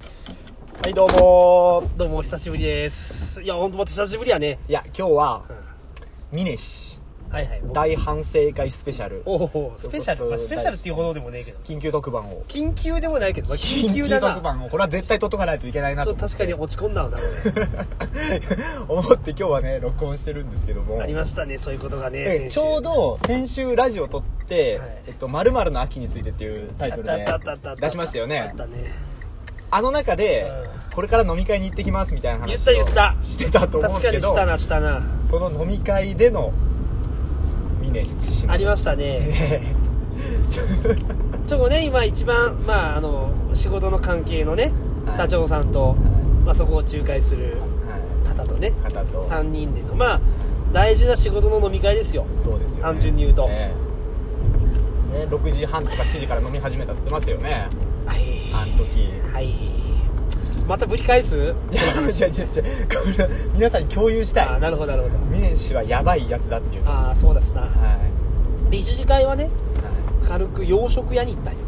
はい、どうもーどうもお久しぶりです。いや、ほんとまた久しぶりやね。いや今日は峰氏はいはい。僕大反省会スペシャルおおスペシャル、まあ、スペシャルっていうほどでもねえけど。緊急特番を緊急でもないけど、まあ、緊緊急急だ特な。番をこれは絶対撮っとかないといけないなちとょっと確かに落ち込んだのだろうね。 思って今日はね録音してるんですけどもありましたね、そういうことがえね。ちょうど先週ラジオ撮ってはい「えっと〇〇の秋について」っていうタイ先週、トルあっでたあったあったあった。出しましたよあねったね。あの中でうこれから飲み会に行ってきますみたいな話を言った言ったしてたと思うん確かですけにどしたな、したな。その飲み会での峰氏 のありましたね。ねちょこね、今一番、まあ、あの、仕事の関係のね、はい社長さんと、まあ、そこを仲介する方とね、方と3人での、まあ、大事な仕事の飲み会ですよ。そうですよ、ね、単純に言うとねね6時半とか7時から飲み始めたって言ってましたよねはい。あの時いはい。またぶり返すや違う違う違うこれは皆さんに共有したあーいなるほど、なるほど。峰氏はやばいやつだっていうのはああ、そうですな。いで、一次会はね、は軽く洋食屋に行ったんよ。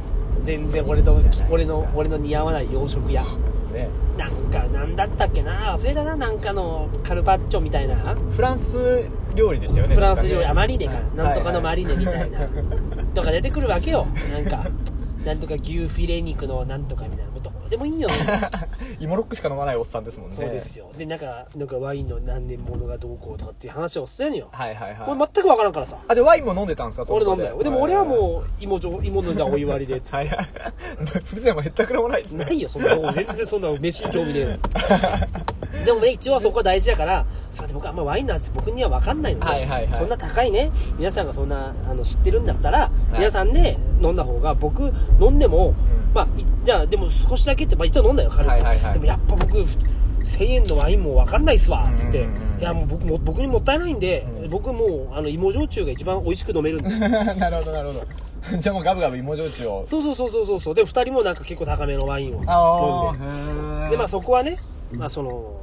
全然俺といいじゃないです、か俺の、俺の似合わない洋食屋。いですねなんか、なんだったっけな忘れたな、なんかのカルパッチョみたいな。フランス料理でしたよねフランス料理、確ねあマリネか。はいなんとかのマリネみたいはなはは。とか出てくるわけよ。なんか、なんとか牛フィレ肉のなんとかみたいな。もうどうでも いいよ。芋ロックしか飲まないおっさんですもんねそうですよ。で、なんか、なんかワインの何年ものがどうこうとかっていう話をしてんのよ。はいはいはい俺全く分からんからさあじゃあワインも飲んでたんですかそ俺こ飲んだよでも俺はもう芋じょ芋のじゃお湯割りで つはいはい 不全もへったくれもないですねないよそんな もう全然そんな飯に興味ねえのでもね一応そこは大事だからすいません僕あんまワインの味僕には分かんないので、はいはいはいそんな高いね皆さんがそんなあの知ってるんだったら、い皆さんで、飲んだ方が僕飲んでも、うんまあいじゃあでも少しだけって、まあ、一応飲んだよ軽く、はいはいはいでもやっぱ僕1000円のワインも分かんないっすわつって、うんうんうんいやもう僕も僕にもったいないんで、うん僕もうあの芋焼酎が一番美味しく飲めるんで なるほどな るほどじゃあもうガブガブ芋焼酎をそうそうそうそうそうそうで2人もなんか結構高めのワインをあ飲んあででまあそこはね、まあ、その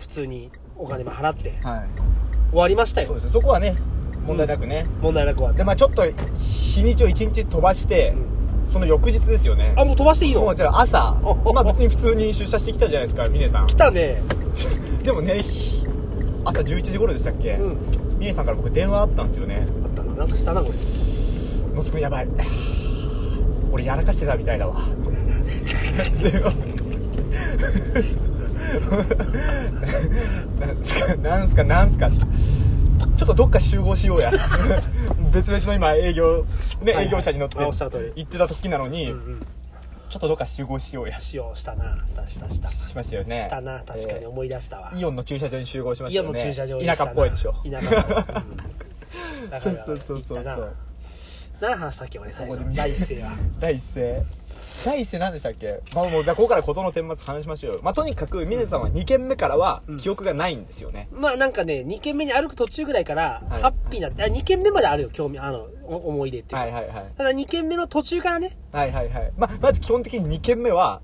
普通にお金も払ってはい終わりましたそうよですねそこはね問題なくね、問題なく終わってでまあちょっと日にちを1日飛ばして、その翌日ですよねあもう飛ばしていいものうじゃあ朝おおまあ別に普通に出社してきたじゃないですか峰さん来たねでもねひ朝11時頃でしたっけ、う峰さんから僕電話あったんですよねあったななんかしたなこれ「のつくんやばい俺やらかしてたみたいだわ」でなんすかなんすかなんすかちょっとどっか集合しようや別々の今営業はねいはい営業者に乗ってあおっしゃる通り行ってた時なのに、うんうんちょっとどっか集合しようやし使用したなしたしたしたましたよねしたな確かに思い出したわ、イオンの駐車場に集合しましイたオンよのね駐車場に田舎っぽいでしょ田舎っぽい、うん、だかそらうそうそうそう行そったなう何話したっけ俺最ここ初で見第一声は第一声第一声何でしたっけ、まあ、もうじゃあここから事の顛末話しましょうよ、まあ、とにかく峰さんは2軒目からは記憶がないんですよね、まあなんかね、2軒目に歩く途中ぐらいから、はいハッピーな、あ2軒目まであるよ、興味、あの、お思い出っていうか。はいはいはいただ2軒目の途中からね、はいはいはい、まあ、まず基本的に2軒目は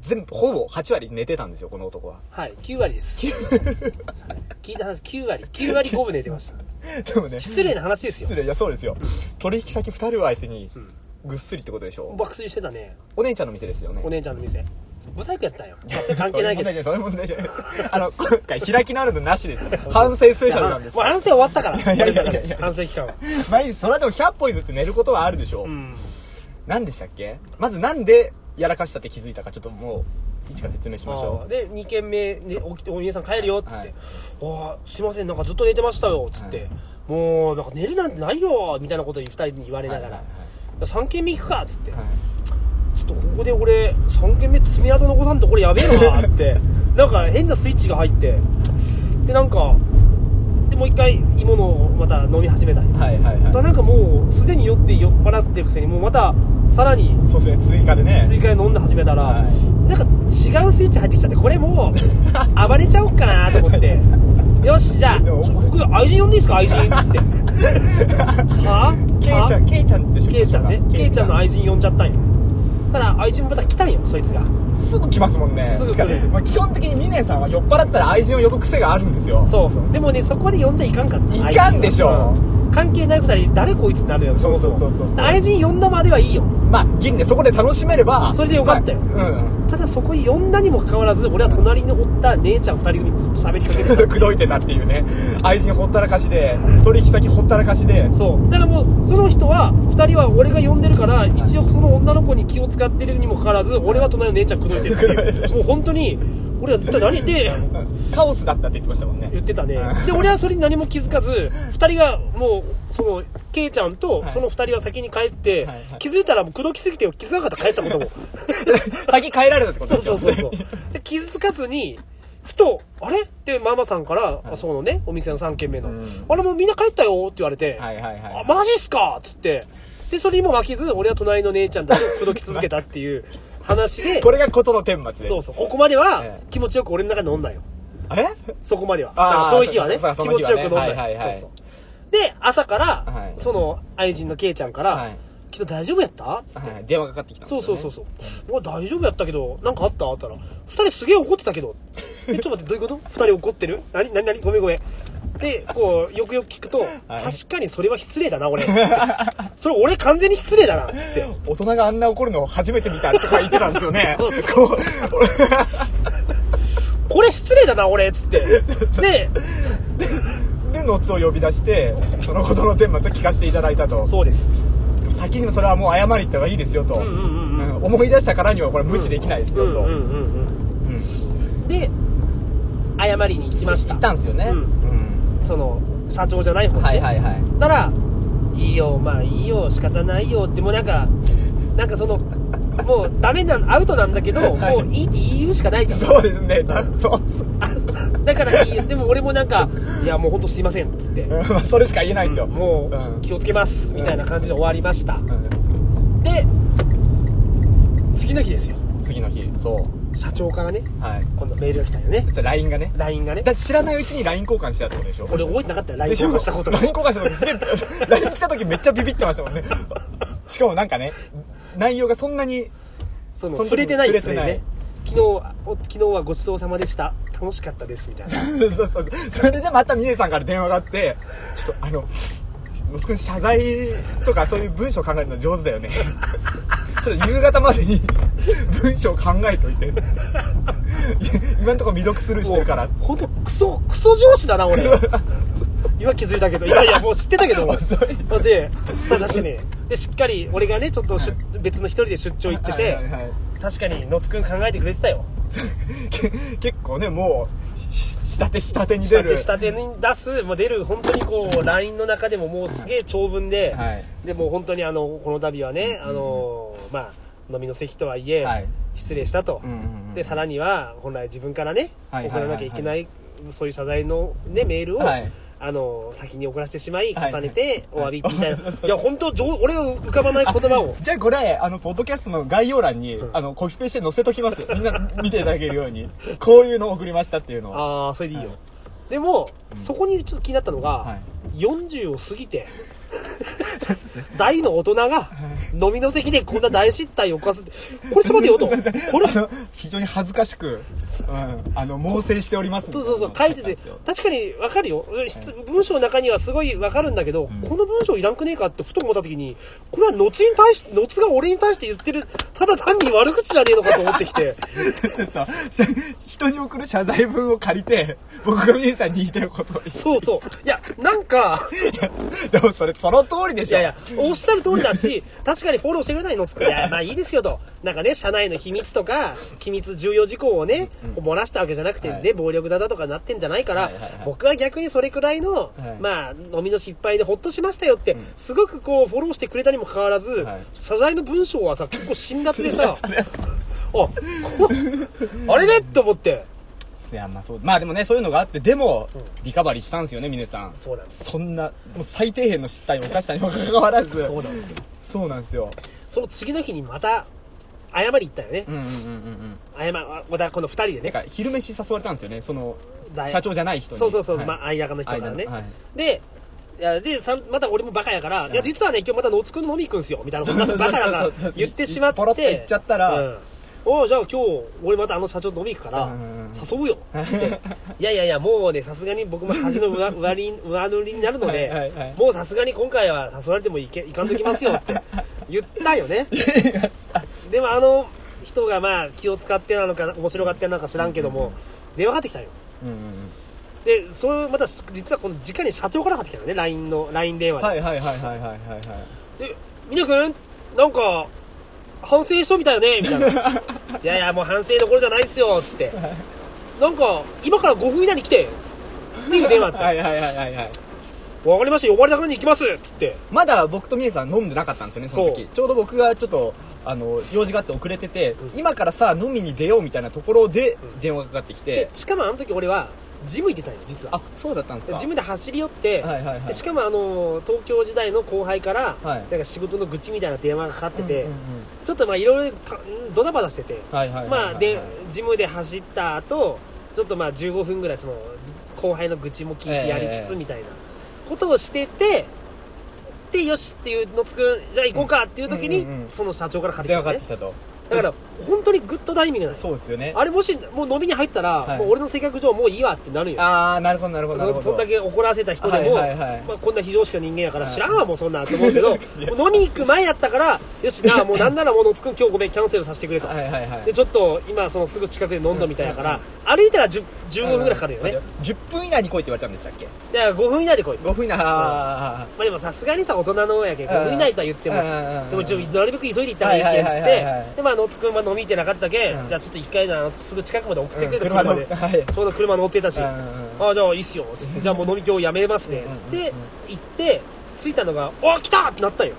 全部ほぼ8割寝てたんですよこの男は はい、9割です。聞いた話、9割、9割5分寝てました。でもね失礼な話ですよ失。礼いやそうですよ取引先2人を相手にぐっすりってことでしょ、爆睡してたね、お姉ちゃんの店ですよねお姉ちゃんの店。ブサイクやったんよ。まあそれ関係ないけど。いそれ問題じゃないそれ問題じゃないあの今回開きのあるのなしです反省スペシやャルまあなんもでうす反省終わったから、いやいやいやいや俺から反省期間は。毎日それはでも100歩譲って寝ることはあるでしょ、うん。何でしたっけまずなんでやらかしたって気づいたかちょっともう一から説明しましょあーで2軒目で起きて「お皆さん帰るよ」っつって「はいあーすいませんなんかずっと寝てましたよ」っつって、はいもうなんか寝るなんてないよ」みたいなことを2人に言われながら「はいはい3軒目行くか」っつって、う、はい、ちょっとここで俺3軒目爪痕残さんとこれやべえな」って なんか変なスイッチが入ってでなんかでもう一回芋のをまた飲み始めたんよはいはいはいだからなんかもうすでに酔って酔っ払ってるくせにもうまたさらにそうですね追加で ね追加で飲んで始めたら、はなんか違うスイッチ入ってきちゃってこれ もう暴れちゃおうかなと思ってよしじゃあでもちょ僕愛人呼んでいいですか愛人っ つってはぁケイちゃんケイちゃんでしょケイちゃんねケイちゃんの愛人呼んじゃったんよただ愛人もまた来たんよそいつがすぐ来ますもんねすぐ来るまあ基本的にミネさんは酔っ払ったら愛人を呼ぶ癖があるんですよそうそうでもねそこで呼んじゃいかんかったいかんでしょ愛人はうん関係ない二人誰こいつになるやんそうそうそうそう愛人呼んだまではいいよまあ銀でそこで楽しめればそれでよかったよまあうん ただそこに呼んだにもかかわらず俺は隣におった姉ちゃん二人組にずっと喋りかけてた口説いてたっていうね愛人ほったらかしで取引先ほったらかしでそうだからもうその人は二人は俺が呼んでるから一応その女の子に気を使ってるにもかかわらず俺は隣の姉ちゃん口説いてるっていうもう本当に俺は一体何言ってカオスだったって言ってましたもんね言ってたねで俺はそれに何も気づかず二人がもうそのケイちゃんとはいその二人は先に帰って、はいはい気づいたらもう口説きすぎて気づかなかった帰った ことも先変えられたってことそうですそうよそうそうで気づかずにふと「あれ?」ってママさんから、あそのねお店の3軒目の「うんあれもうみんな帰ったよ」って言われて「はいはいはいあマジっすか!」っつってでそれにも負けず俺は隣の姉ちゃんたちを口説き続けたっていう話 でこれが事の顛末でそうすそうここまではええ気持ちよく俺の中に飲んだよえそこまでは。あーだからその日はね、そう気かそうか持ちよく飲んだその日はねはいはいはいそうそう。で、朝から、はいその愛人のケイちゃんから、はいきっと大丈夫やったつって、はい電話かかってきたんですそようねそうそうそう。うわ大丈夫やったけど、なんかあったあったら、二人すげえ怒ってたけど。え、ちょっと待って、どういうこと二人怒ってるなになになにごめんごめん。で、こう、よくよく聞くと、い確かにそれは失礼だな、俺。つってそれ俺完全に失礼だな、つって。大人があんな怒るの初めて見たとか言ってたんですよ ねそうそうこ俺これ失礼だな、俺、つって。で、でノッツを呼び出してその事の顛末を聞かせていただいたとそうです。先にそれはもう謝りに行った方がいいですよと、んうんうんうん思い出したからにはこれ無視できないですうよんと、うんうんうん。で、謝りに行きました。行ったんですよね、うんその社長じゃない方うね、んはいはいはいだから「いいよまあいいよ仕方ないよ」ってもうなんかなんかそのもうダメなんアウトなんだけど、はもいういいって言うしかないじゃんそうですねだそう そうだからいいよでも俺もなんか「いやもうほんとすいません」っつってうんまあそれしか言えないです「よ、もうんう気をつけます」みたいな感じで終わりましたで次の日ですようん次の日そう社長からねはい今度メールが来たよねそれ LINE がね LINE がねだって知らないうちに LINE 交換してたってことでしょ俺覚えてなかったよ LINE でしょ交換したことが LINE 交換した時すげえ LINE 来た時めっちゃビビってましたもんねしかもなんかね内容がそんなにその その時触れてないんです触よれてないね昨日はお昨日はごちそうさまでした楽しかったですみたいなそうそうそうそれでまた峰さんから電話があってちょっとあの僕謝罪とかそういう文章考えるの上手だよねちょっと夕方までに文章考えといて今んところ未読スルーしてるから本当クソクソ上司だな俺今気づいたけどい やいやもう知ってたけど遅で正しいねでしっかり俺がねちょっと出、別の一人で出張行ってて、はいはいはい確かに野津くん考えてくれてたよけ結構ねもうし下手下手に下出る手下手に出すもう出る本当にこう LINE の中でももうすげえ長文で、はいでもう本当にあのこの度はね、あのまあ飲みの席とはいえ、はい失礼したと、うんうんうんでさらには本来自分からね、はい送らなきゃいけない、そういう謝罪の、ね、メールを、はいあの先に送らせてしまいはい重ねてお詫びみたいな、い、や本当上俺が浮かばない言葉をじゃあこれあのポッドキャストの概要欄に、あのコピペして載せときますみんな見ていただけるように こういうのを送りましたっていうのをああそれでいいよ、でも、そこにちょっと気になったのが、は40を過ぎて 大の大人が飲みの席でこんな大失態を犯すってこれちょっと待 ってよとこれ あの非常に恥ずかしく、うん、あの猛省しておりま すそうそうそう書いてて確かに分かるよ、質文章の中にはすごい分かるんだけど、この文章いらんくねえかってふと思った時にこれはのつに対しのつが俺に対して言ってるただ単に悪口じゃねえのかと思ってきてそうし 人に送る謝罪文を借りて僕が皆さんに言いたいことを言そうそういやなんかうでもそれその通りでいしょやいや、おっしゃる通りだし、 確かにフォローしてくれないのつって、いや、まあいいですよと。なんかね、社内の秘密とか、機密重要事項をね、漏らしたわけじゃなくて、ね、はい暴力だだとかなってんじゃないから、はいはいはい僕は逆にそれくらいの、はいまあ、飲みの失敗でほっとしましたよって、すごくこう、フォローしてくれたにもかかわらず、はい謝罪の文章はさ、結構辛辣でさ、あ、 それはそうこあれねって思って。いやまあそうまあでもねそういうのがあってでも、リカバリーしたんですよね峰さんそうなんです。そんなもう最底辺の失態を犯したにもかかわらずそうなんですよ。そうなんですよその次の日にまた、謝り行ったよね。うんうんうんうん謝、またこの二人でてね。か昼飯誘われたんですよねそのだい社長じゃない人にそうそうそう、はいまあ、相方の人だからね、はいでいやでさまた俺もバカやから、い、や実はね今日また野津君の飲み行くんすよみたいなことバカだか そうそうそうそらう言ってしまってポロッと言っちゃったらうんおうじゃあ今日、俺またあの社長と飲み行くからうん、誘う よ。っていやいやいや、もうね、さすがに僕も恥の上上り上塗りになるので、 はいはいはいもうさすがに今回は誘われてもいけいかんときますよ って言ったよね。でもあの人がまあ気を使ってなのか、面白がってなのか知らんけども、電話かかってきたよ。うんうんで、それまた実はこの直に社長からかかってきたのね、LINE の、LINE 電うん話で。はいはいはいはいはいはいはいで、みなくん、なんか、反省しとみたよねみ たいな。いやいや、もう反省どころじゃないっすよ、つって。なんか、今から5分以内に来て、っていう電話あっはて。いはいはいはいはい わかりました、呼ばれたからに行きます、つって。まだ僕とみえさん飲んでなかったんですよねそのそう時ちょうど僕がちょっとあの用事があって遅れてて、うん今からさ飲みに出ようみたいなところでうん電話がかかってきてで、、しかもあの時俺は、ジム行ってたんよ、実はあ。そうだったんですかジムで走り寄って、はいはいはでいしかもあのー東京時代の後輩から、はいなんか仕事の愚痴みたいな電話がかかってて、うんうんちょっとまあいろいろたんドタバタしてて、うんはいはいはいはいまあでジムで走った後ちょっとまあ15分ぐらいその後輩の愚痴も聞いてやりつつええみたいなことをしてて、でよしっていうのつくじゃあ行こうかっていう時に、うんうんうんその社長から借り電て話きたかかねってきたとだから本当にグッドタイミングなんですそうですよねあれもしもう飲みに入ったら、はいもう俺の性格上もういいわってなるよああなるほどなるほどなるほどそんだけ怒らせた人でも、はいはいはいまあ、こんな非常識な人間やからはい知らんわもうそんなんって思うけども う飲みに行く前やったからよしなもうなんならもうのつくん今日ごめんキャンセルさせてくれとはいはいはいでちょっと今そのすぐ近くで飲んどみたいやから、歩いたら10 15分ぐらいかかるよね、 10分以内に来いって言われたんでしたっけだから5分以内で来い、ま5分以内ああ、でもさすがにさ大人のやけんうん5分以内とは言っても、うんでもちょなるべく急いで行った方がいいけんっつはいっはいはいはいはていでまあ野津君は飲み行ってなかったけん、うんじゃあちょっと一回なすぐ近くまで送ってくれと、うん車乗っで、はいちょうど車乗ってたし、うんうんうんああじゃあいいっすよつってじゃあもう飲み今日やめますねつって行って着いたのが「お来た!」ってなったんよ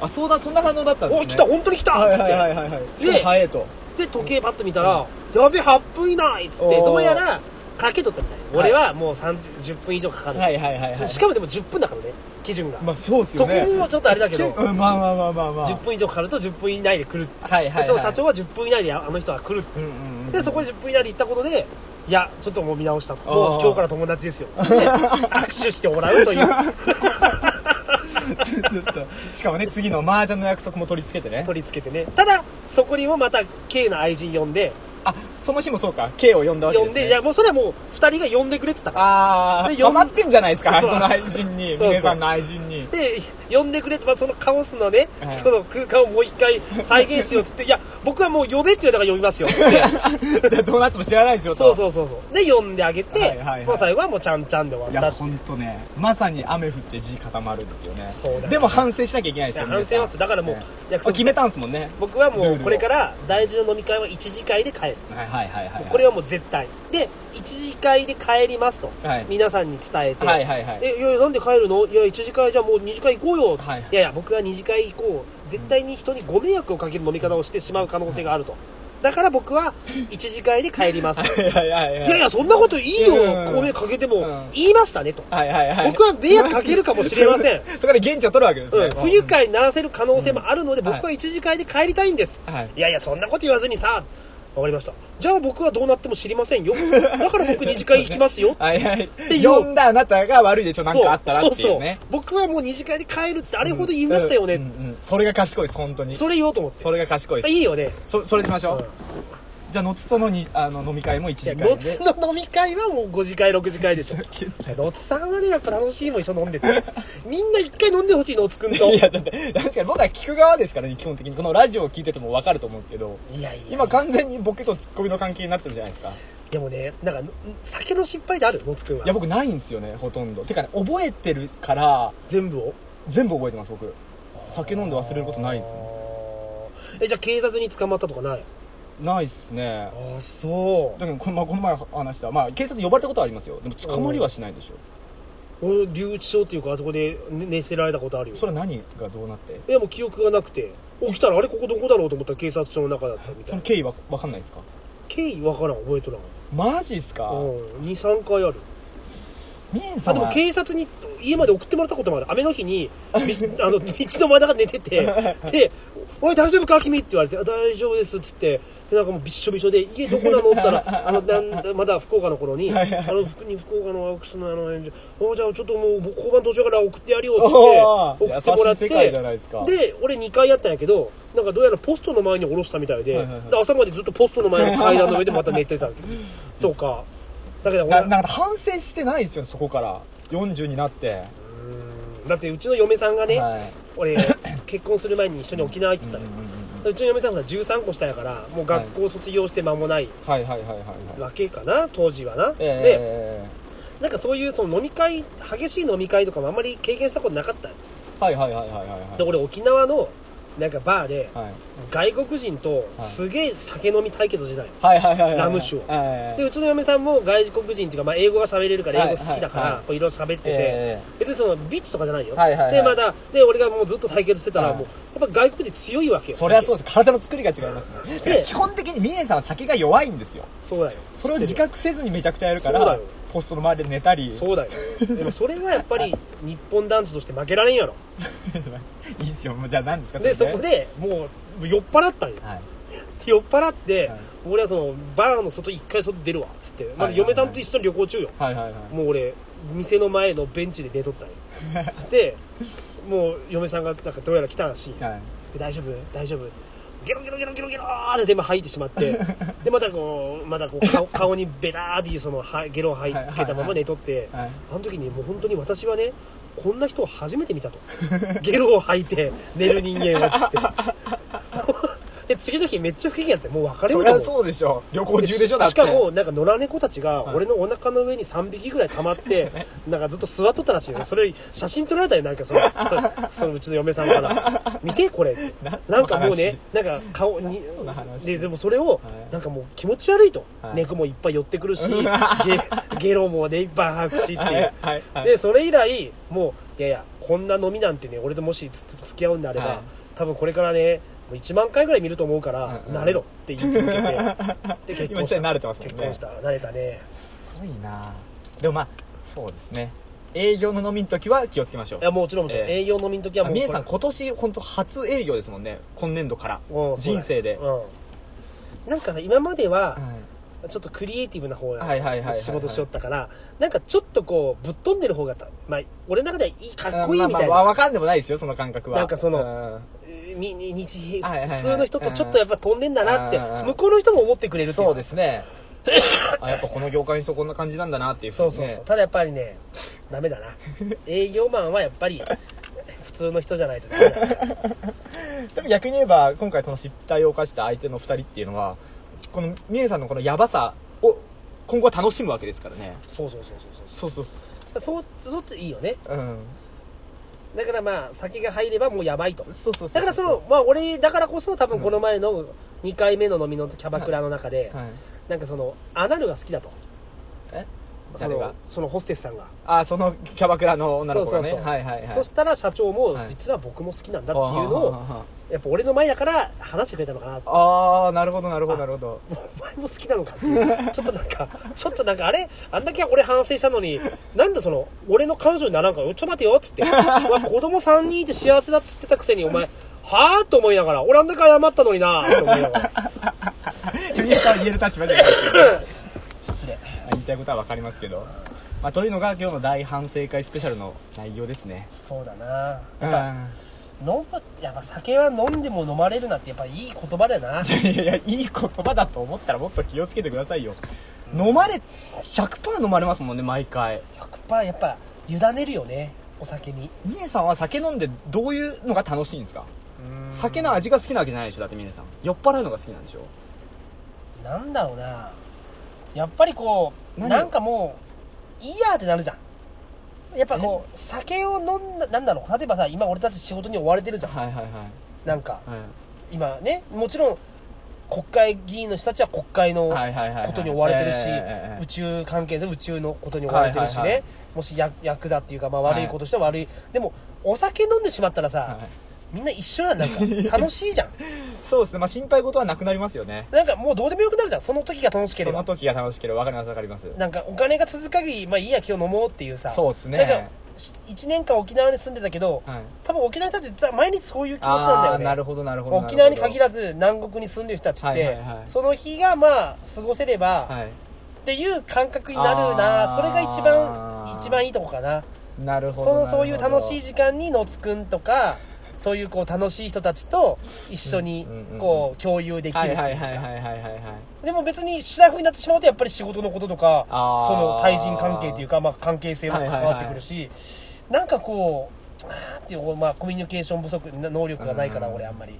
ああそうだそんな反応だ「ったんです、ね、お来た本当に来た!」はっついって、はいはいはいはいしかも早いとで時計パッと見たら「やべ8分以内」っつっておーどうやらかけとったみたいはい俺はもう30 10分以上かかる、はいはいはいはいしかもでも10分だからね基準が、まあそうっすそよこねもちょっとあれだけどうんまあまあまあまあまあ10分以上かかると10分以内で来るってはいはい、はい、でその社長は10分以内であの人は来るうんうんうんでそこで10分以内で行ったことでいやちょっともう見直したともあうー今日から友達です よっつって握手してもらうというしかもね次の麻雀の約束も取り付けてね取り付けてねただそこにもまた K の愛人呼んであその日もそうか K を呼んだわけで呼す、ね、んでいやもうそれはもう2人が呼んでくれてたからああで呼ハんマってんじゃないですかそそうの愛人そにうそう皆さんの愛人にで呼んでくれって、まあ、そのカオスのね、はいその空間をもう一回再現しようっつっていや僕はもう呼べって言われたから呼びますよっつってどうなっても知らないですよそううそうそうそうで呼んであげて、はいはいはいまあ、最後はもうちゃんちゃんでい終わやった本当ねまさに雨降って地固まるんですよねそうだねでも反省しなきゃいけないですよいや反省はするだからもうね約束あ決めたんすもんね僕はルもーうルをこれから大事な飲み会は1次会で帰るはいはいはいはいこれはもう絶対で1次会で帰りますと、はい皆さんに伝えて、はいはいはいえいやいやなんで帰るのいや1次会じゃあもう2次会行こうよ、はいやいや僕は2次会行こう絶対に人にご迷惑をかける飲み方をしてしまう可能性があるとだから僕は1次会で帰りますとはいはいはいいやいやそんなこといいようんご迷惑かけてうもん言いましたねとはいはいはい僕は迷惑かけるかもしれませんそこで現地を取るわけですうねん、不愉快にならせる可能性もあるので、うん僕は一次会で帰りたいんです、はいいやいやそんなこと言わずにさわかりましたじゃあ僕はどうなっても知りませんよだから僕二次会行きますよはいはいいう呼んだあなたが悪いでしょ なんかあったらっていうね僕はもう二次会で帰るってあれほど言いましたよね、うんうんうんそれが賢いです本当にそそれ言おうと思ってれが賢いですいいよねそそれしましょう、うんじゃあのつとのにあの飲み会も1時いや間でのつの飲み会はもう5次会6次会でしょのつさんはねやっぱ楽しいもん一緒に飲んで てみんな一回飲んでほしいのつくんといやだって確かに僕は聞く側ですからね基本的にこのラジオを聞いてても分かると思うんですけどいやいや今完全にボケとツッコミの関係になってるじゃないですかいでもねなんかん酒の失敗であるのつくんはや僕ないんですよねほとんどてかね覚えてるから全部を全部覚えてます僕酒飲んで忘れることないですねえじゃあ警察に捕まったとかないないっすねああそだけどこの,、まあこの前話した、まあ、警察呼ばれたことはありますよでも捕まりはしないでしょう俺留置所っていうかあそこで寝寝せられたことあるよそれは何がどうなっていやもう記憶がなくて起きたらあれここどこだろうと思ったら警察署の中だったみたいそのな経緯は分かんないですか経緯わからん覚えとらんマジっすかうん23回あるミネさあんでもは警察に家まで送ってもらったこともある雨の日にみ あの道の真ん中で寝て てで「おい大丈夫か君」って言われて「あ大丈夫です」っつってでなんかもうびっしょびしょで「家どこなの?」って言ったらあのなんまだ福岡の頃に「あの福に福岡の青楠のあのおじゃあちょっともう交番途中から送ってやるよ」っつおってー送ってもらっ優しい世界じゃないてですかで俺2階やったんやけどなんかどうやらポストの前に降ろしたみたいで,、はいはいはいで朝までずっとポストの前の階段の上でまた寝てたわけとかだけど俺ななんか反省してないですよそこから40になってだってうちの嫁さんがね、はい 俺結婚する前に一緒に沖縄行ってたのよ、うんうんうんうちの嫁さんが13個下やからもう学校卒業して間もないはいはいはいはいはいわけかな当時はな、でえなんかそういうその飲み会激しい飲み会とかもあんまり経験したことなかったー、はいはいはいはいはいはいで俺沖縄のなんかバーではい外国人とすげえ酒飲み対決時代、はいはいはいはいラム酒をはいでうちの嫁さんも外国人っていうか、まあ、英語が喋れるからはい英語好きだかはいらはいこういろいろ喋ってて、え別にそのビッチとかじゃないよ、はいはいはいでまだで俺がもうずっと対決してたら、はいもうやっぱ外国人強いわけよそりゃ酒そうです体の作りが違いますねてかで基本的にミネさんは酒が弱いんですよそうだよそれを自覚せずにめちゃくちゃやるかそうだらよポストの周りで寝たりそうだよでもそれはやっぱり日本男子として負けられんやろいいっすよもうじゃあ何ですかでそれこでもう酔っ払ったんよはい酔っ払って、はい俺はそのバーの外一回外出るわっつって、まはだいはいはい嫁さんと一緒に旅行中よ、はいはいはいもう俺店の前のベンチで寝とったんよ でもう嫁さんがなんかどうやら来たらしいはい大丈夫大丈夫ゲロゲロゲロゲロゲローってでまあ吐いてしまってでまたこうまたこう顔 顔にベラーディそのはゲロを吐いつけたまま寝とってはいあの時にもう本当に私はねこんな人を初めて見たとゲロを吐いて寝る人間はっつって で次の日めっちゃ不機嫌やってもう別れよそうりとゃ思うそうでしょ旅行中でしょだってしかもなんか野良猫たちが俺のお腹の上に3匹ぐらい溜まっ てなんかずっと座っとったらしいよそれ写真撮られたよなんかそのそ そのうちの嫁さん から見てこれなんかもうねなんか顔にそんな話ででもそれをはいなんかもう気持ち悪いと、はい猫もいっぱい寄ってくるしうんゲゲロもねいっぱい吐くしっていう、はいはいはいでそれ以来もういやいやこんな飲みなんてね俺ともしつ付き合うんであれば、はい多分これからねもう1万回ぐらい見ると思うから、うんうん慣れろって言い続け てで結今婚実した際慣れてますもんね結婚した慣れたねすごいなでもまあそうですね営業の飲みの時は気をつけましょういやもちろんもちろん、ええ営業飲みの時はもうみえさんこ今年本当初営業ですもんね今年度かられうんそうだ人よ生で、うんなんかさ今までは、ちょっとクリエイティブな方がはいはいはいはいはい仕事しよったからなんかちょっとこうぶっ飛んでる方がた、まあ、俺の中ではいいかっこいいみたいまあまあ、なわかんでもないですよその感覚はなんかそのうんみ日平はいはいはい普通の人とちょっとやっぱ飛んでんだなってうんうんうん向こうの人も思ってくれるっていそうですすねあやっぱこの業界の人こんな感じなんだなっていうふそううにそうねそうただやっぱりねダ メだな営業マンはやっぱり普通の人じゃないとダメだなでも逆に言えば今回その失態を犯した相手の2人っていうのはこのみえさんのこのヤバさを今後は楽しむわけですからねそうそうそうそうそうそうそそうそうそっちいいよねううんだからまあ先が入ればもうやばいとそうそうそうだからそのまあ俺だからこそ多分この前の2回目の飲みのキャバクラの中ではいなんかそのアナルが好きだとえそ誰がのそのホステスさんがあそのキャバクラの女の子がねそうそうそうはいはいはいそしたら社長もはい実は僕も好きなんだっていうのをあやっぱ俺の前だから話してくれたのかなあああなるほどなるほどなるほどお前も好きなのかっていう ちょっとなんかちょっとなんかあれあんだけ俺反省したのになんでその俺の彼女にならんからちょっと待てよっつってうわ子供3人いて幸せだっつってたくせにお前はあと思いながら俺あんだけ謝ったのになと思いながら 君から言える立場じゃないですけ失礼ど言いたいことは分かりますけど、まあ、というのが今日の大反省会スペシャルの内容ですねそうだなうんいや飲むやっぱ酒は飲んでも飲まれるなってやっぱいい言葉だよな いやいい言葉だと思ったらもっと気をつけてくださいよ飲まれ100%飲まれますもんね毎回100%やっぱ委ねるよねお酒にミネさんは酒飲んでどういうのが楽しいんですか酒の味が好きなわけじゃないでしょだってミネさん酔っ払うのが好きなんでしょなんだろうなやっぱりこう何なんかもういいやってなるじゃんやっぱこう酒を飲んだなんだろう例えばさ今俺たち仕事に追われてるじゃんはいはいはいなんかはい今ねもちろん国会議員の人たちは国会のはいはいはいはいことに追われてるし、ええええええ宇宙関係で宇宙のことに追われてるしね、はいはいはいもしヤヤクザっていうか、まあ、悪いことしては悪い、でもお酒飲んでしまったらさ、はいみんな一緒やんなんか楽しいじゃんそうですね。まあ、心配事はなくなりますよね。なんかもうどうでもよくなるじゃん。その時が楽しけそれのば。時が楽しければわかりますわかります。なんかお金が続く限り、まあいいや、今日飲もうっていうさ。そうっすねなんか、し1年間沖縄に住んでたけど、はい多分沖縄の人たちって毎日そういう気持ちなんだあよあー、ね。なるほどなるほど。沖縄に限ららず南国に住んでる人たちって、はいはいはいその日がまあ過ごせれば、はい。っていう感覚になるなあーそれが一番一番いいとこかななるほどそなのるほど。そういう楽しい時間にのつくんとかそういうこう楽しい人たちと一緒にうんうんうんこう共有できるはっていいうか、はいはいはいはいはいはい。でも別にシラフになってしまうとやっぱり仕事のこととかそあーの対人関係というか、まあ、関係性も関わってくるし、なんかこうあーっていう、まあ、コミュニケーション不足な能力がないから、うん俺あんまり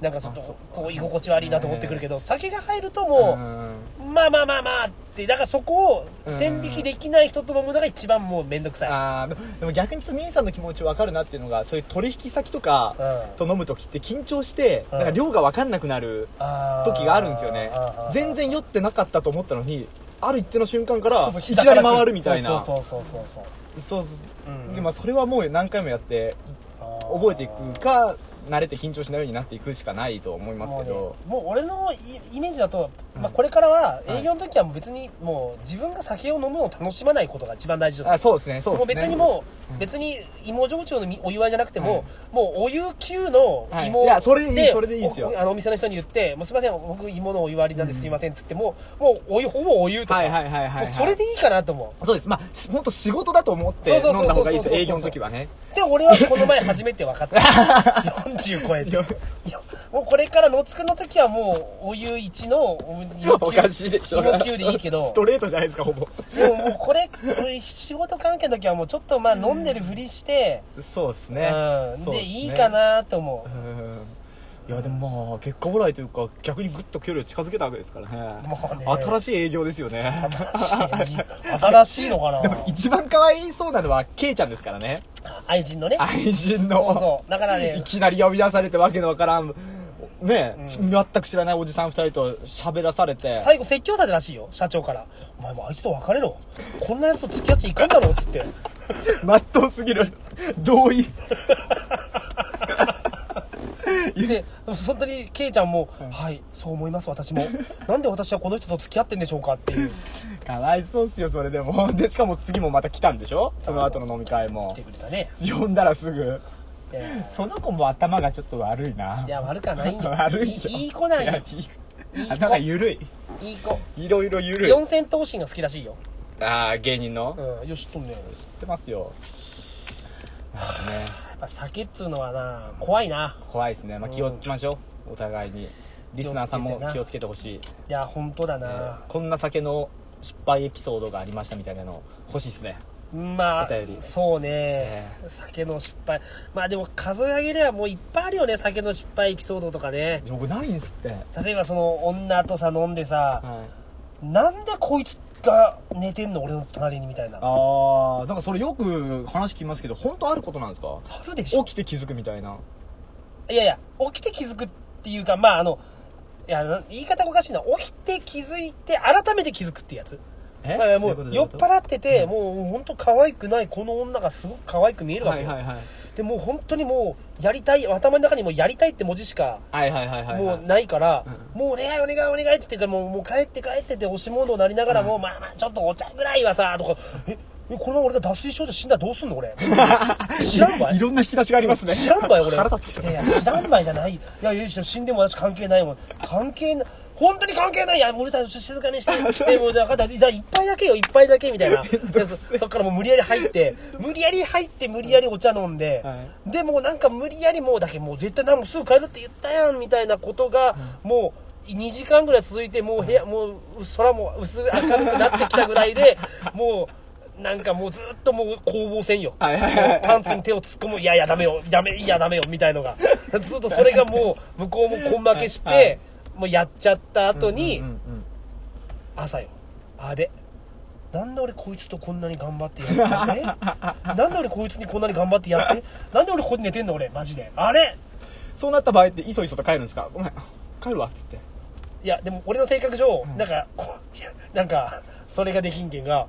なんかちょっとあそっかこう居心地悪いなと思ってくるけど、酒が入るともんう、まあまあまあまあってだからそこを線引きできない人と飲むのが一番もう面倒くさい。あーでもでも逆にちょっとミンさんの気持ち分かるなっていうのがそういう取引先とかうんと飲む時って緊張して、うんなんか量が分かんなくなるあー時があるんですよねあー全然酔ってなかったと思ったのにある一定の瞬間からそうそういきなり回るみたいなそそううそうそうそうそううんでまあそれはもう何回もやって覚えていくか慣れて緊張しないようになっていくしかないと思いますけど、もう,、もう俺のイイメージだと、うんまあ、これからははい営業の時はもう別にもう自分が酒を飲むのを楽しまないことが一番大事だとあそうですねそうもうですね別にもう、別に芋焼酎のみお祝いじゃなくても、はいもうお湯級のはい芋いやそれいいそれでいいですよおあのお店の人に言って「もうすいません僕芋のお湯割りなんですいません」っつってももうお湯ほぼお湯とか、はいはいはいはいはいもうそれでいいかなと思うそうですまあし本当仕事だと思ってそうそう飲そうんだ方がいいですそうそうそう営業の時はねで俺はこの前初めて分か った40超えていよやもうこれから野津くんの時はもうお湯1のお湯おかしいでしょ 芋級でいいけどストレートじゃないですかほぼでももうこれこれ仕事関係の時はもうちょっとまあ飲んでるふりして、そうですうんね。そでうっすねいいか。なと思ううんいや、でもまあ、結果オーライというか、逆にぐっと距離を近づけたわけですからね。もうね新しい営業ですよね。新しいのかなでも一番可愛いそうなのは、ケイちゃんですからね。愛人のね愛人そうの。そうだからねいきなり呼び出されてわけのわからん。ねえ、う全く知らないおじさん二人と喋らされて。最後説教されたらしいよ社長から「お前もうあいつと別れろこんなやつと付き合っちゃいかんだろ」っつってまっとうすぎる。同意。で、本当にケイちゃんも、はい、そう思います、私も。なんで私はこの人と付き合ってんでしょうかっていう。かわいそうっすよ、それでも。で、しかも次もまた来たんでしょその後の飲み会も来て。くれたね。呼んだらすぐ。いやいその子も頭がちょっと悪いな。や、悪かないよ。 悪いよ。いいい子なんいやよい。いいい子頭が緩い。いい子。いろい ろ緩い。四千頭身が好きらしいよ。ああ、芸人の、知っうん、よしとんね。やてますよ。なんかね、っぱ酒っつうのはな、怖いな。怖いですね。まあ、気をつけましょう。お互いに。リスナーさんも気気ををつけてほしい。いや、本当だな。こんな酒の失敗エピソードがありましたみたいなの欲しいですね。まあお便り、そうね、え酒の失敗。まあでも数え上げればもういっぱいあるよね、酒の失敗エピソードとかね。僕ないんすって。例えばその女とさ飲んでさ、はい。なんでこいつが寝てんの俺の隣にみたいなあああ、なんかそれよく話聞きますけど、本当あることなんですかるでし起ょきて気づくみたいな。いやいや起きて気づくっていうかまああのいやな言い方がおかしいな起きて気づいて改めて気づくってやつえまあもう酔っっ払ってて、もう本当可愛くないこの女がすごく可愛く見えるわはけいよ、はいはい。でもう本当にもうやりたい頭の中にもうやりたいって文字しかはいはいはいはいはい。もうないから、もうお願いお願いお願いって言ってからもうもう帰って帰ってって押しモードになりながらも、まあまあちょっとお茶ぐらいはさとかええこのまま俺が脱水症状死んだらどうすんの 俺知らんばいいろんな引き出しがありますね。知らんばい俺腹立いってきたやいや知らんばいじゃないいやいや死んでも私関係ないもん関係ない本当に関係ないいやもううるさい静かに してえもうだからじゃあ一杯だけよ一杯だけみたいなでそそっからもう無理やり入って無理やり入って無理やりお茶飲んで、はでもうなんか無理やりもうだけもう絶対何もすぐ帰るって言ったやんみたいなことが、もう2時間ぐらい続いてもう部屋もう空も薄明るくなってきたぐらいでもうなんかもうずっともう攻防 戦よ、はいはいはいはいパンツに手を突っ込むいやいやダメよダメいやダメよみたいのがずっとそれがもう向こうも根負けして、はいはいもうやっちゃった後に、うんうん朝よあれなんで俺こいつとこんなに頑張ってやってえなんで俺こいつにこんなに頑張ってやってなんで俺ここで寝てんの俺マジであれそうなった場合って、いそいそと帰るんですかごめん、帰るわっつって。いやでも俺の性格上、なんかこういやなんかそれができんけんが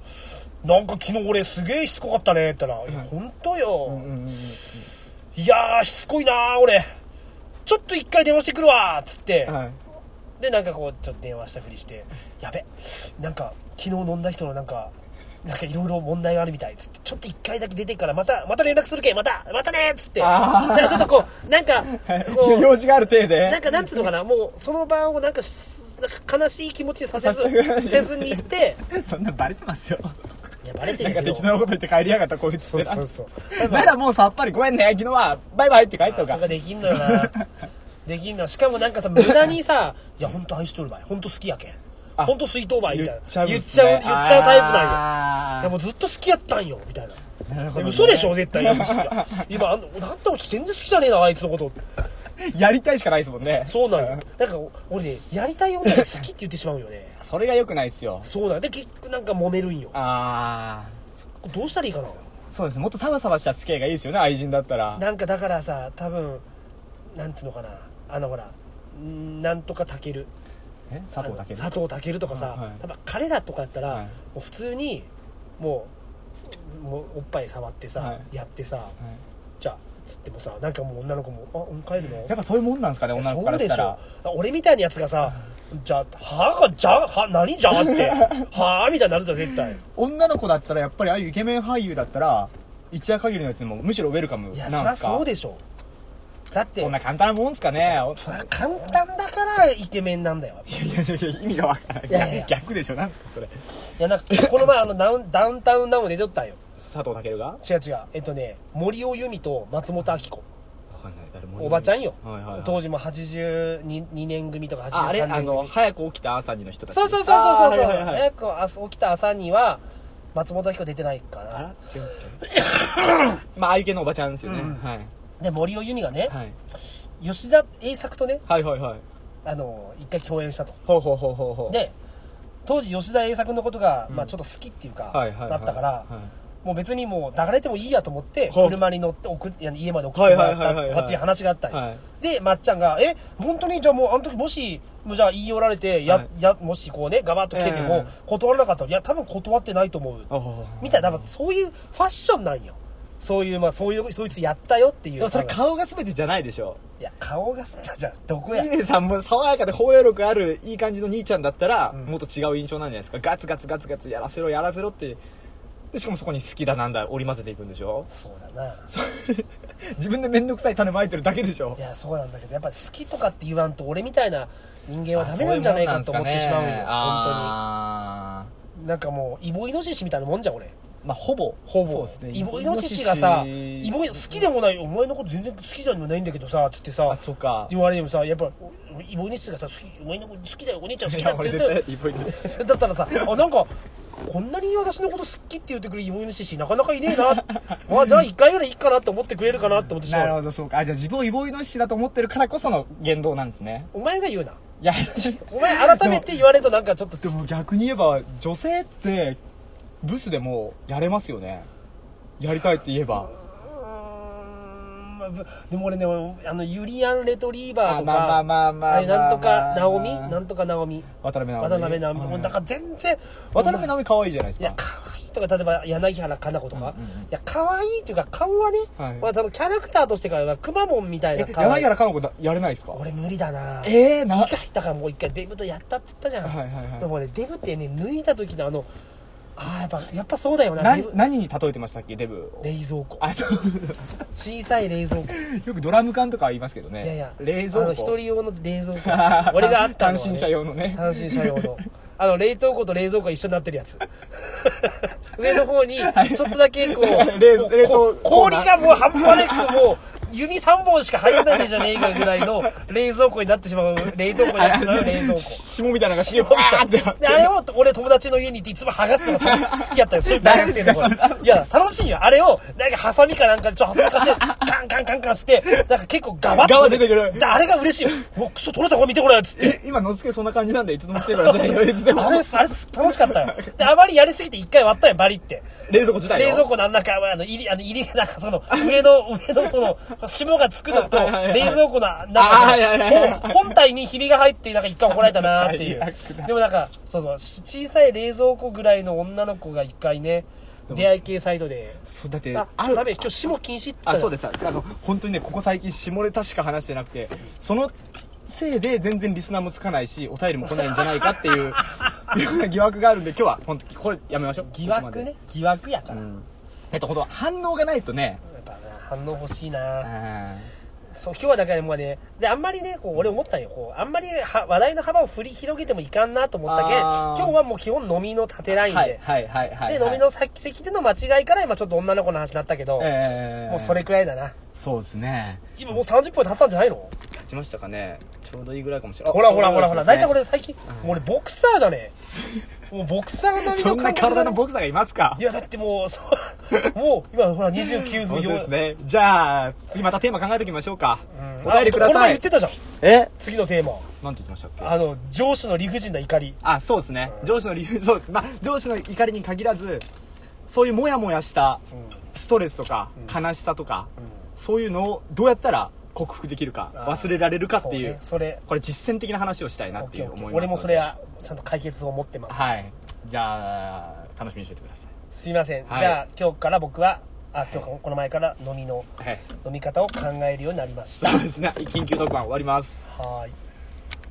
なんか昨日俺すげえしつこかったねって言ったら「いや本当よ、うんうんうんいやーしつこいなー俺ちょっと一回電話してくるわーっつって、はい。で、なんかこう、ちょっと電話したふりして、やべ、なんか、昨日飲んだ人のなんか、なんかいろいろ問題があるみたいっつって、ちょっと一回だけ出てから、また、また連絡するけん、また、またねーっつって、あーなんかちょっとこう、なんか、こう、 用事がある程で。なんかなんつうのかな、もう、その場をなんかし、なんか悲しい気持ちにさせずさせない、せずに行って、 そんなバレてますよ。いや、バレてなんるかけど適当。なこと言って帰りやがった、こいつってそうな。そうそう。ならもうさっぱりごめんね、昨日は、バイバイって帰ったそのかれ。ができんのよな。 できんの。しかもなんかさ、無駄にさ、いや、ほんと愛しとるばい。ほんと好きやけん。あほんと水筒ばい。みたいな。ん言っですちゃねう、言っちゃうタイプなんよ。いあーやもうずっと好きやったんよみたいななるほどね嘘でしょ絶対いや嘘や今あのなんだ俺全然好きじゃねえなあいつのことやりたいしかないですもんね。そうなんよなんか俺ねやりたい女に好きって言ってしまうよねそれが良くないですよ。そうなんよで結局なんか揉めるんよあこれどうしたらいいかなー。そうですね。もっとサバサバした付き合いがいいですよね、愛人だったら。なんかだからさ多分なんつうのかなあのほらんなんとかたけるえ佐藤健。あの佐藤健とかさ、うんはい多分彼らとかやったら、はいもう普通にもうもうおっぱい触ってさ、はいやってさはいじゃあつってもさなんかもう女の子も「あうん帰るの?」やっぱそういうもんなんですかね、女の子からしたら。そうでしょ俺みたいなやつがさじゃあ歯がじゃは何じゃ ってはあみたいになるじゃん絶対女の子だったら、やっぱりああいうイケメン俳優だったら、一夜限りのやつにもむしろウェルカムなんいすやかそりゃそうでしょだってそんな簡単なもんすかね。そりゃ簡単だからイケメンなんだよいやいやいや、意味がわからない。いやいやいや逆でしょ、なんですか、それ。いやなんかこの前あのダウンダウンタウンナウンで出とったんよ佐藤健がわ違う違うえっとね森尾由美と松本明子かんない、誰も。おばちゃんよ、はいはいはい当時も82年組とか83年組あ、あれ、あの、早く起きた朝にの人たち。そうそうそうそうそうそう、あーはいはいはい早く朝起きた朝には松本明子出てないかあなら違うっけまあ、ああいう系のおばちゃんですよね。うんはい。で森尾由美がね、はい。吉田栄作とねはいはいはい。あの一回共演したとほうほうほうほうほう。で当時吉田栄作のことが、うんまあ、ちょっと好きっていうか、はいはいはい、だったから、はもう別にもう抱かれてもいいやと思ってほう車に乗って送っいや家まで送ってもらはっいはいはいはたいはいとかっていう話があったんよ、はいでまっちゃんが「え本当にじゃあもうあの時もしもうじゃあ言い寄られてや、はいやもしこうねガバッと来ててもええ断らなかったらいや多分断ってないと思う」あほうほうほうみたいな多分そういうファッションなんよそういうまあそういうそいつやったよっていうでもそれ多分顔が全てじゃないでしょ。いや顔がすじゃあどこやミネさんも爽やかで包容力あるいい感じの兄ちゃんだったら、んもっと違う印象なんじゃないですか。ガツガツガツガツやらせろやらせろって。でしかもそこに好きだなんだ織り交ぜていくんでしょそうだなそう自分で面倒くさい種まいてるだけでしょいやそうなんだけどやっぱ好きとかって言わんと俺みたいな人間はダメなんじゃないかと思ってしまうよ本あー当になんかもうイボイノシシみたいなもんじゃん俺まあ、ほぼ。ほもうイボイノシシがさイボイ好きでもないお前のこと全然好きじゃないんだけどさつってさあ、そっか。言われてもさやっぱイボイノシシがさ好きお前のこと好きだよお姉ちゃん好きいだ やよって言俺絶って対イボイノシシ。 だったらさあなんかこんなに私のこと好きって言ってくるイボイノシシなかなかいねえ なまあじゃあ一回ぐらいいいかなって思ってくれるかなって思ってしなるまうほど、そうか。あ、じゃあ自分をイボイノシシだと思ってるからこその言動なんですね。お前が言うないや、ちお前改めて言われるとなんかちょっとでも逆に言えば、女性って、ブスでもやれますよね。やりたいって言えば。うーんまあぶでも俺ねあのユリアン・レトリーバーとかあまあまあまあまあれなんとまかあナオミなんとかナオミ渡辺直美。渡辺直美もうなん渡か全然辺直美可愛いじゃないですいやか。可愛いとか例えば柳原加奈子とか、うんうんうんいや可愛いっていうか顔はね、はいまあ、多分キャラクターとしてからはくまモンみたいえな、可愛柳い原かの子だやれないですか俺無理だなえー、な一、回だからもう一回デブとやったっつったじゃん、はいはいはいでもねデブってね脱いだ時のあのああやっぱやっぱそうだよななデブ、何に例えてましたっけ、デブを。冷蔵庫あ、そう。 小さい冷蔵庫よくドラム缶とかは言いますけどね。いやいや冷あ蔵の一庫。人用の冷蔵 庫俺があったのは、ね、単身者用のね。単身者用のあの冷凍庫と冷蔵庫が一緒になってるやつ上の方にちょっとだけこう冷冷凍こ氷がもう半端なくもう指3本しか入らないじゃねえかぐらいの冷蔵庫になってしまう冷凍庫になってしまう冷蔵庫 霜みたいなのが絞ったってなってであれを俺友達の家に行っていつも剥がすのが好きやった よ大学生の頃いや楽しいよあれをなんかハサミかなんかでちょっとハサミかしてカンカンカンカンしてなんか結構ガバッとガバ出てくるであれが嬉しいよもうクソ取れたこれ見てこれっつってえ今のつけそんな感じなんでいつでも来てくださいよいつでもあれ、あれ楽しかったよ。で、あまりやりすぎて一回割ったよ、バリって。冷蔵庫自体を冷蔵庫のあん中、あの、入り、あの、入り、なんかその、上の、上のその、霜がつくのと、はいはいはい冷蔵庫の中あはいはいはいはが、本本体にひびが入って、なんか一回怒られたなーってい最悪う。だでもなんか、そうそう、し小さい冷蔵庫ぐらいの女の子が一回ね、も出会い系サイトで。そうだってあ、ちょあっとダメ、今日下禁止って言あったそうでですあの本当にねここ最近下ネタしか話してなくてそのせいで全然リスナーもつかないしお便りも来ないんじゃないかっていう いうような疑惑があるんで今日は本当これやめましょう疑こ惑こまでね。疑惑やかうら。やんえっと本当は反応がないとねっぱな、反応欲しいなあそう、今日はだからもうね、で、あんまりね、こう、俺思ったんよ。こう、あんまりは話題の幅を振り広げてもいかんなと思ったけん、あ今ー日はもう基本飲みの縦ラインはいで。はいはいはいで、飲みの先席での間違いから今ちょっと女の子の話になったけど、えーもうそれくらいだな。そうですね今もう30分経ったんじゃないの立ちましたかねちょうどいいぐらいかもしれないほらほらほらほら、だだいいたたいいこれ俺最近、もう俺ボクサーじゃね え。もうボクサー並みそのんな感覚じ体ゃのねボクサーがいますかいやだってもう、そう、もう今ほ ら29分本当です4。ねじゃあ次またテーマ考えておきましょうか、うんお便りくだあこのさ前言いってたじゃん。え次のテーマ。なんて言ってましたっけあの、上司の理不尽な怒り。あそうですね上司の理由 そうです、まあ、上司の怒りに限らずそういうモヤモヤしたストレスとか悲しさとか、そういうのをどうやったら克服できるかあー忘れられるかっていうそねそれ。これ実践的な話をしたいなオっッてケいーうオッ思ケーいます俺もそれはちゃんと解決を持ってます。はいじゃあ楽しみにしていてくださすいません。はいじゃあ今日から僕は、あ、今日かこの前から飲みの、いはい飲み方を考えるようになりました。そうですね緊急特番終わりますはーい。